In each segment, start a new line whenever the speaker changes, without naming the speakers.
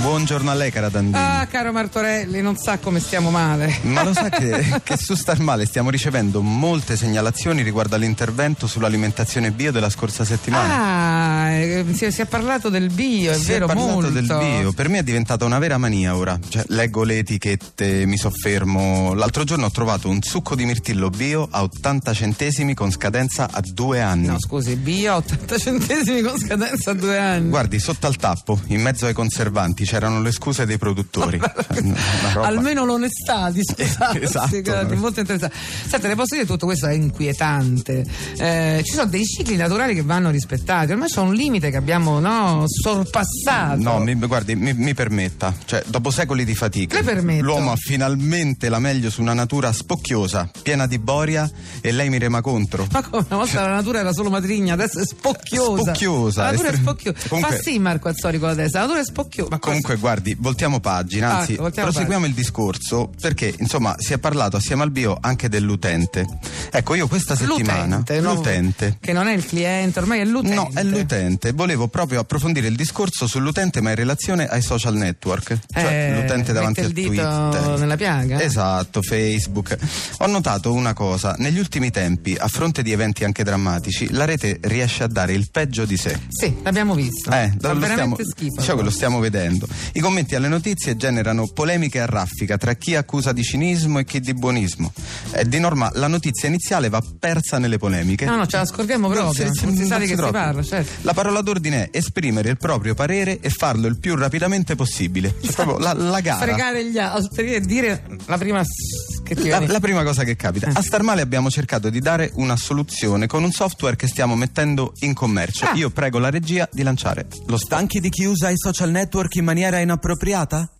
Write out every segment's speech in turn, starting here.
Buongiorno a lei, cara Dandini.
Ah, caro Martorelli, non sa come stiamo male.
Ma lo sa che, che su Star Male stiamo ricevendo molte segnalazioni riguardo all'intervento sull'alimentazione bio della scorsa settimana?
Ah, eh, si, si è parlato del bio, è
si
vero,
è parlato
molto.
del bio, per me è diventata una vera mania ora. Cioè, leggo le etichette, mi soffermo. L'altro giorno ho trovato un succo di mirtillo bio a 80 centesimi con scadenza a due anni.
No, scusi, bio 80 centesimi con scadenza a due anni.
Guardi, sotto al tappo, in mezzo ai conservanti, c'erano le scuse dei produttori. Cioè, una roba-
Almeno l'onestà di scusarsi,
Eh, esatto.
guardi, molto interessante. Senta, le posso dire tutto questo è inquietante. Eh, ci sono dei cicli naturali che vanno rispettati, ormai c'è un limite che abbiamo no, sorpassato.
No, mi, guardi, mi, mi permetta, cioè, dopo secoli di fatica,
Le permetto.
l'uomo ha finalmente la meglio su una natura spocchiosa, piena di boria, e lei mi rema contro.
Ma come una volta la natura era solo matrigna, adesso è spocchiosa.
Spocchiosa,
La natura è
estre-
spocchiosa.
Comunque-
Fa sì Marco Azzori con la testa, la natura è spocchiosa. Ma cosa-
Comunque, guardi, voltiamo pagina, anzi,
Ah, voltiamo
proseguiamo il discorso perché, insomma, si è parlato assieme al bio anche dell'utente. Ecco, io questa settimana.
l'utente, no?
l'utente.
Che non è il cliente, ormai è l'utente.
No, è l'utente. Volevo proprio approfondire il discorso sull'utente, ma in relazione ai social network. Cioè
Eh,
l'utente davanti
mette
al
il dito
Twitter.
nella piaga?
Esatto, Facebook. Ho notato una cosa: negli ultimi tempi, a fronte di eventi anche drammatici, la rete riesce a dare il peggio di sé.
Sì, l'abbiamo visto.
Eh,
Fa
lo stiamo,
veramente schifo.
diciamo che lo stiamo vedendo. I commenti alle notizie generano polemiche a raffica tra chi accusa di cinismo e chi di buonismo. Eh, di norma la notizia iniziale va persa nelle polemiche.
No, no, ce la scordiamo proprio.
se- se-
non si sa
non
di
si
che si
troppo.
parla, certo.
La parola d'ordine è esprimere il proprio parere e farlo il più rapidamente possibile. Cioè, proprio la, la gara.
Fregare gli altri e dire la prima s- che ti
La,
viene. Eh.
la prima cosa che capita. A star male abbiamo cercato di dare una soluzione con un software che stiamo mettendo in commercio.
Ah.
Io prego la regia di lanciare lo sta.
Stanchi di chi usa i social network in maniera inappropriata?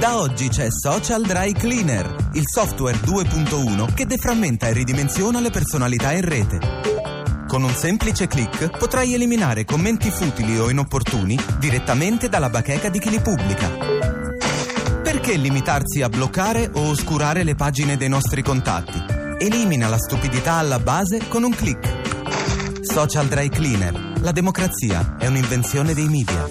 Da oggi c'è Social Dry Cleaner, il software 2.1 che deframmenta e ridimensiona le personalità in rete. Con un semplice clic potrai eliminare commenti futili o inopportuni direttamente dalla bacheca di chi li pubblica. Perché limitarsi a bloccare o oscurare le pagine dei nostri contatti? Elimina la stupidità alla base con un clic. Social Dry Cleaner. La democrazia è un'invenzione dei media.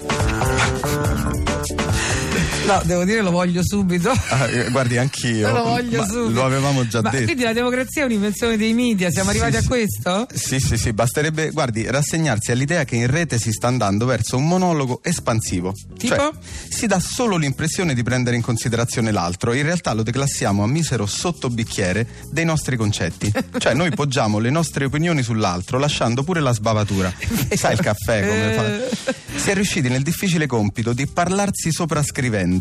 No, devo dire lo voglio subito.
Ah, eh, guardi, anch'io.
lo voglio
Ma
subito.
Lo avevamo già
Ma
detto.
Quindi la democrazia è un'invenzione dei media, siamo
Sì,
arrivati
sì.
a questo?
Sì, sì, sì, basterebbe, guardi, rassegnarsi all'idea che in rete si sta andando verso un monologo espansivo.
Tipo?
Cioè, si dà solo l'impressione di prendere in considerazione l'altro, in realtà lo declassiamo a misero sottobicchiere dei nostri concetti. Cioè, noi poggiamo le nostre opinioni sull'altro, lasciando pure la sbavatura. Sai il caffè come fa?
Eh.
Si è riusciti nel difficile compito di parlarsi sopra scrivendo.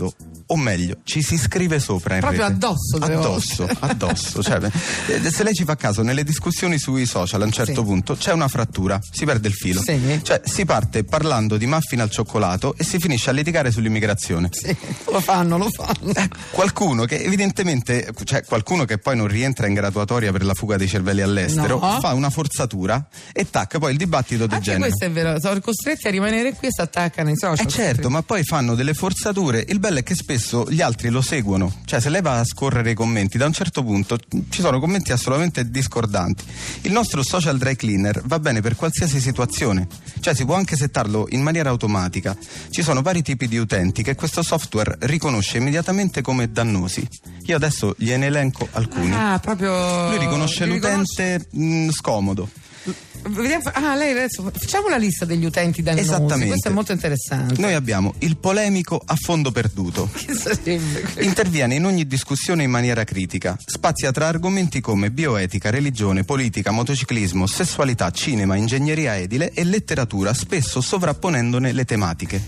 O meglio, ci si scrive sopra in
Proprio
rete.
addosso, delle
Addosso, addosso. cioè, eh, se lei ci fa caso, nelle discussioni sui social a un certo
Sì.
punto c'è una frattura, si perde il filo.
Sì.
Cioè, si parte parlando di muffin al cioccolato e si finisce a litigare sull'immigrazione.
Sì, lo fanno, lo fanno.
Qualcuno che evidentemente, cioè qualcuno che poi non rientra in graduatoria per la fuga dei cervelli all'estero,
No.
fa una forzatura e tac, poi il dibattito
Anche
degenera.
questo è vero, sono costretti a rimanere qui e si attaccano i social.
Eh certo, ma poi fanno delle forzature. Il bello è che spesso gli altri lo seguono. Cioè, se lei va a scorrere i commenti, da un certo punto ci sono commenti assolutamente discordanti. Il nostro social dry cleaner va bene per qualsiasi situazione. Cioè, si può anche settarlo in maniera automatica. Ci sono vari tipi di utenti che questo software riconosce immediatamente come dannosi. Io adesso gliene elenco alcuni.
Ah, proprio.
Lui riconosce
li
l'utente mh, scomodo.
riconosce. Vediamo- Ah, lei adesso. Facciamo la lista degli utenti dannosi.
Esattamente.
Questo è molto interessante.
Noi abbiamo il polemico a fondo perduto.
Che sarebbe questo?
Interviene in ogni discussione in maniera critica, spazia tra argomenti come bioetica, religione, politica, motociclismo, sessualità, cinema, ingegneria edile e letteratura, spesso sovrapponendone le tematiche.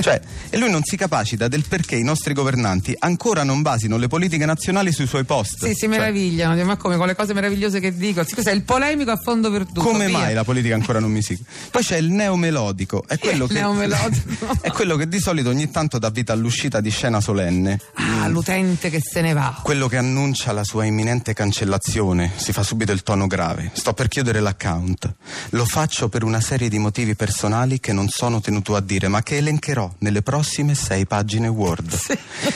Cioè, e lui non si capacita del perché i nostri governanti ancora non basino le politiche nazionali sui suoi post.
Sì, si
Cioè,
meravigliano. dico, Ma come con le cose meravigliose che dico? Sì, Cos'è il polemico a fondo perduto?
Come
via.
mai la politica ancora non mi segue? Poi c'è il neomelodico, è quello che,
Neomelodico.
è quello che di solito ogni tanto dà vita all'uscita di scena solenne.
Ah, l'utente che se ne va.
Quello che annuncia la sua imminente cancellazione si fa subito il tono grave. Sto per chiudere l'account. Lo faccio per una serie di motivi personali che non sono tenuto a dire, ma che elencherò nelle prossime sei pagine Word.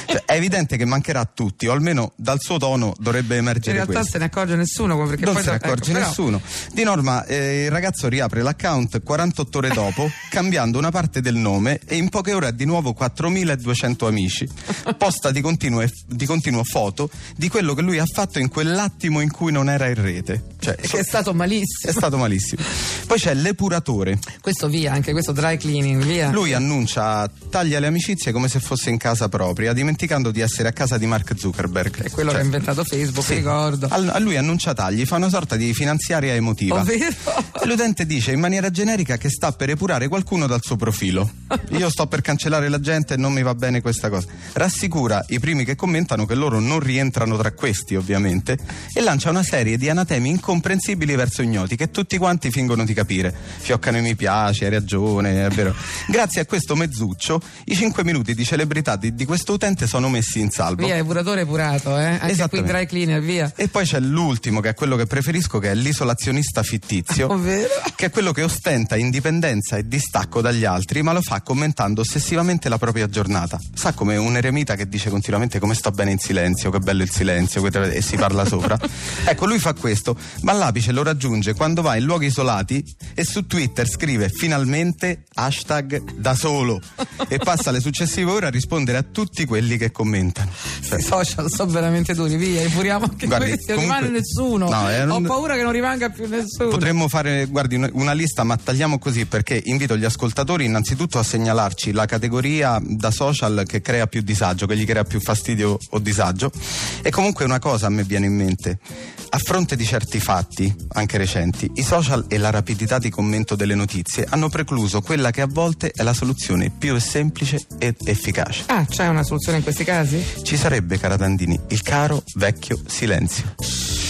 Cioè, è evidente che mancherà a tutti, o almeno dal suo tono dovrebbe
In
emergere
realtà
questo.
se ne accorge nessuno. Perché
non
poi
se ne
ecco,
accorge
però-
nessuno. Di norma norma eh, il ragazzo riapre l'account 48 ore dopo, cambiando una parte del nome e in poche ore ha di nuovo 4200 amici. Posta di continue, di continuo foto di quello che lui ha fatto in quell'attimo in cui non era in rete. Cioè,
Che è stato malissimo.
è stato malissimo. Poi c'è l'epuratore.
Questo via, anche questo dry cleaning, via.
Lui annuncia taglia le amicizie come se fosse in casa propria, dimenticando di essere a casa di Mark Zuckerberg.
È quello
Cioè,
che ha inventato Facebook,
sì.
ricordo.
Al- a lui annuncia tagli, fa una sorta di finanziaria emotiva.
Ovvero?
E L'utente dice in maniera generica che sta per epurare qualcuno dal suo profilo. Io sto per cancellare la gente e non mi va bene questa cosa. Rassicura i primi che commentano che loro non rientrano tra questi, ovviamente, e lancia una serie di anatemi incomprensibili verso ignoti che tutti quanti fingono di capire. Fioccano i mi piace, hai ragione, è vero. Grazie a questo mezzuccio, i 5 minuti di celebrità di, di questo utente sono messi in salvo.
Via, epuratore purato, eh? Anche qui
Esattamente.
dry cleaner, via.
E poi c'è l'ultimo, che è quello che preferisco, che è isolazionista fittizio.
Ovvero?
che è quello che ostenta indipendenza e distacco dagli altri, ma lo fa commentando ossessivamente la propria giornata. Sa come un eremita che dice continuamente come sto bene in silenzio, che bello il silenzio, che tra- e si parla sopra. Ecco, lui fa questo, ma l'apice lo raggiunge quando va in luoghi isolati e su Twitter scrive finalmente hashtag da solo e passa le successive ore a rispondere a tutti quelli che commentano. Cioè,
I social sono veramente duri, via, epuriamo anche
Guardi,
questi, non
comunque-
rimane nessuno.
No, eh,
Ho
non-
paura che non rimanga più nessuno.
Potremmo fare, guardi, un- una lista, ma tagliamo così perché invito gli ascoltatori innanzitutto a segnalarci la categoria da social che crea più disagio, che gli crea più fastidio o disagio. E comunque una cosa a me viene in mente. A fronte di certi fatti, anche recenti, i social e la rapidità di commento delle notizie hanno precluso quella che a volte è la soluzione più semplice ed efficace.
Ah, c'è una soluzione in questi casi?
Ci sarebbe, cara Dandini, il caro vecchio silenzio.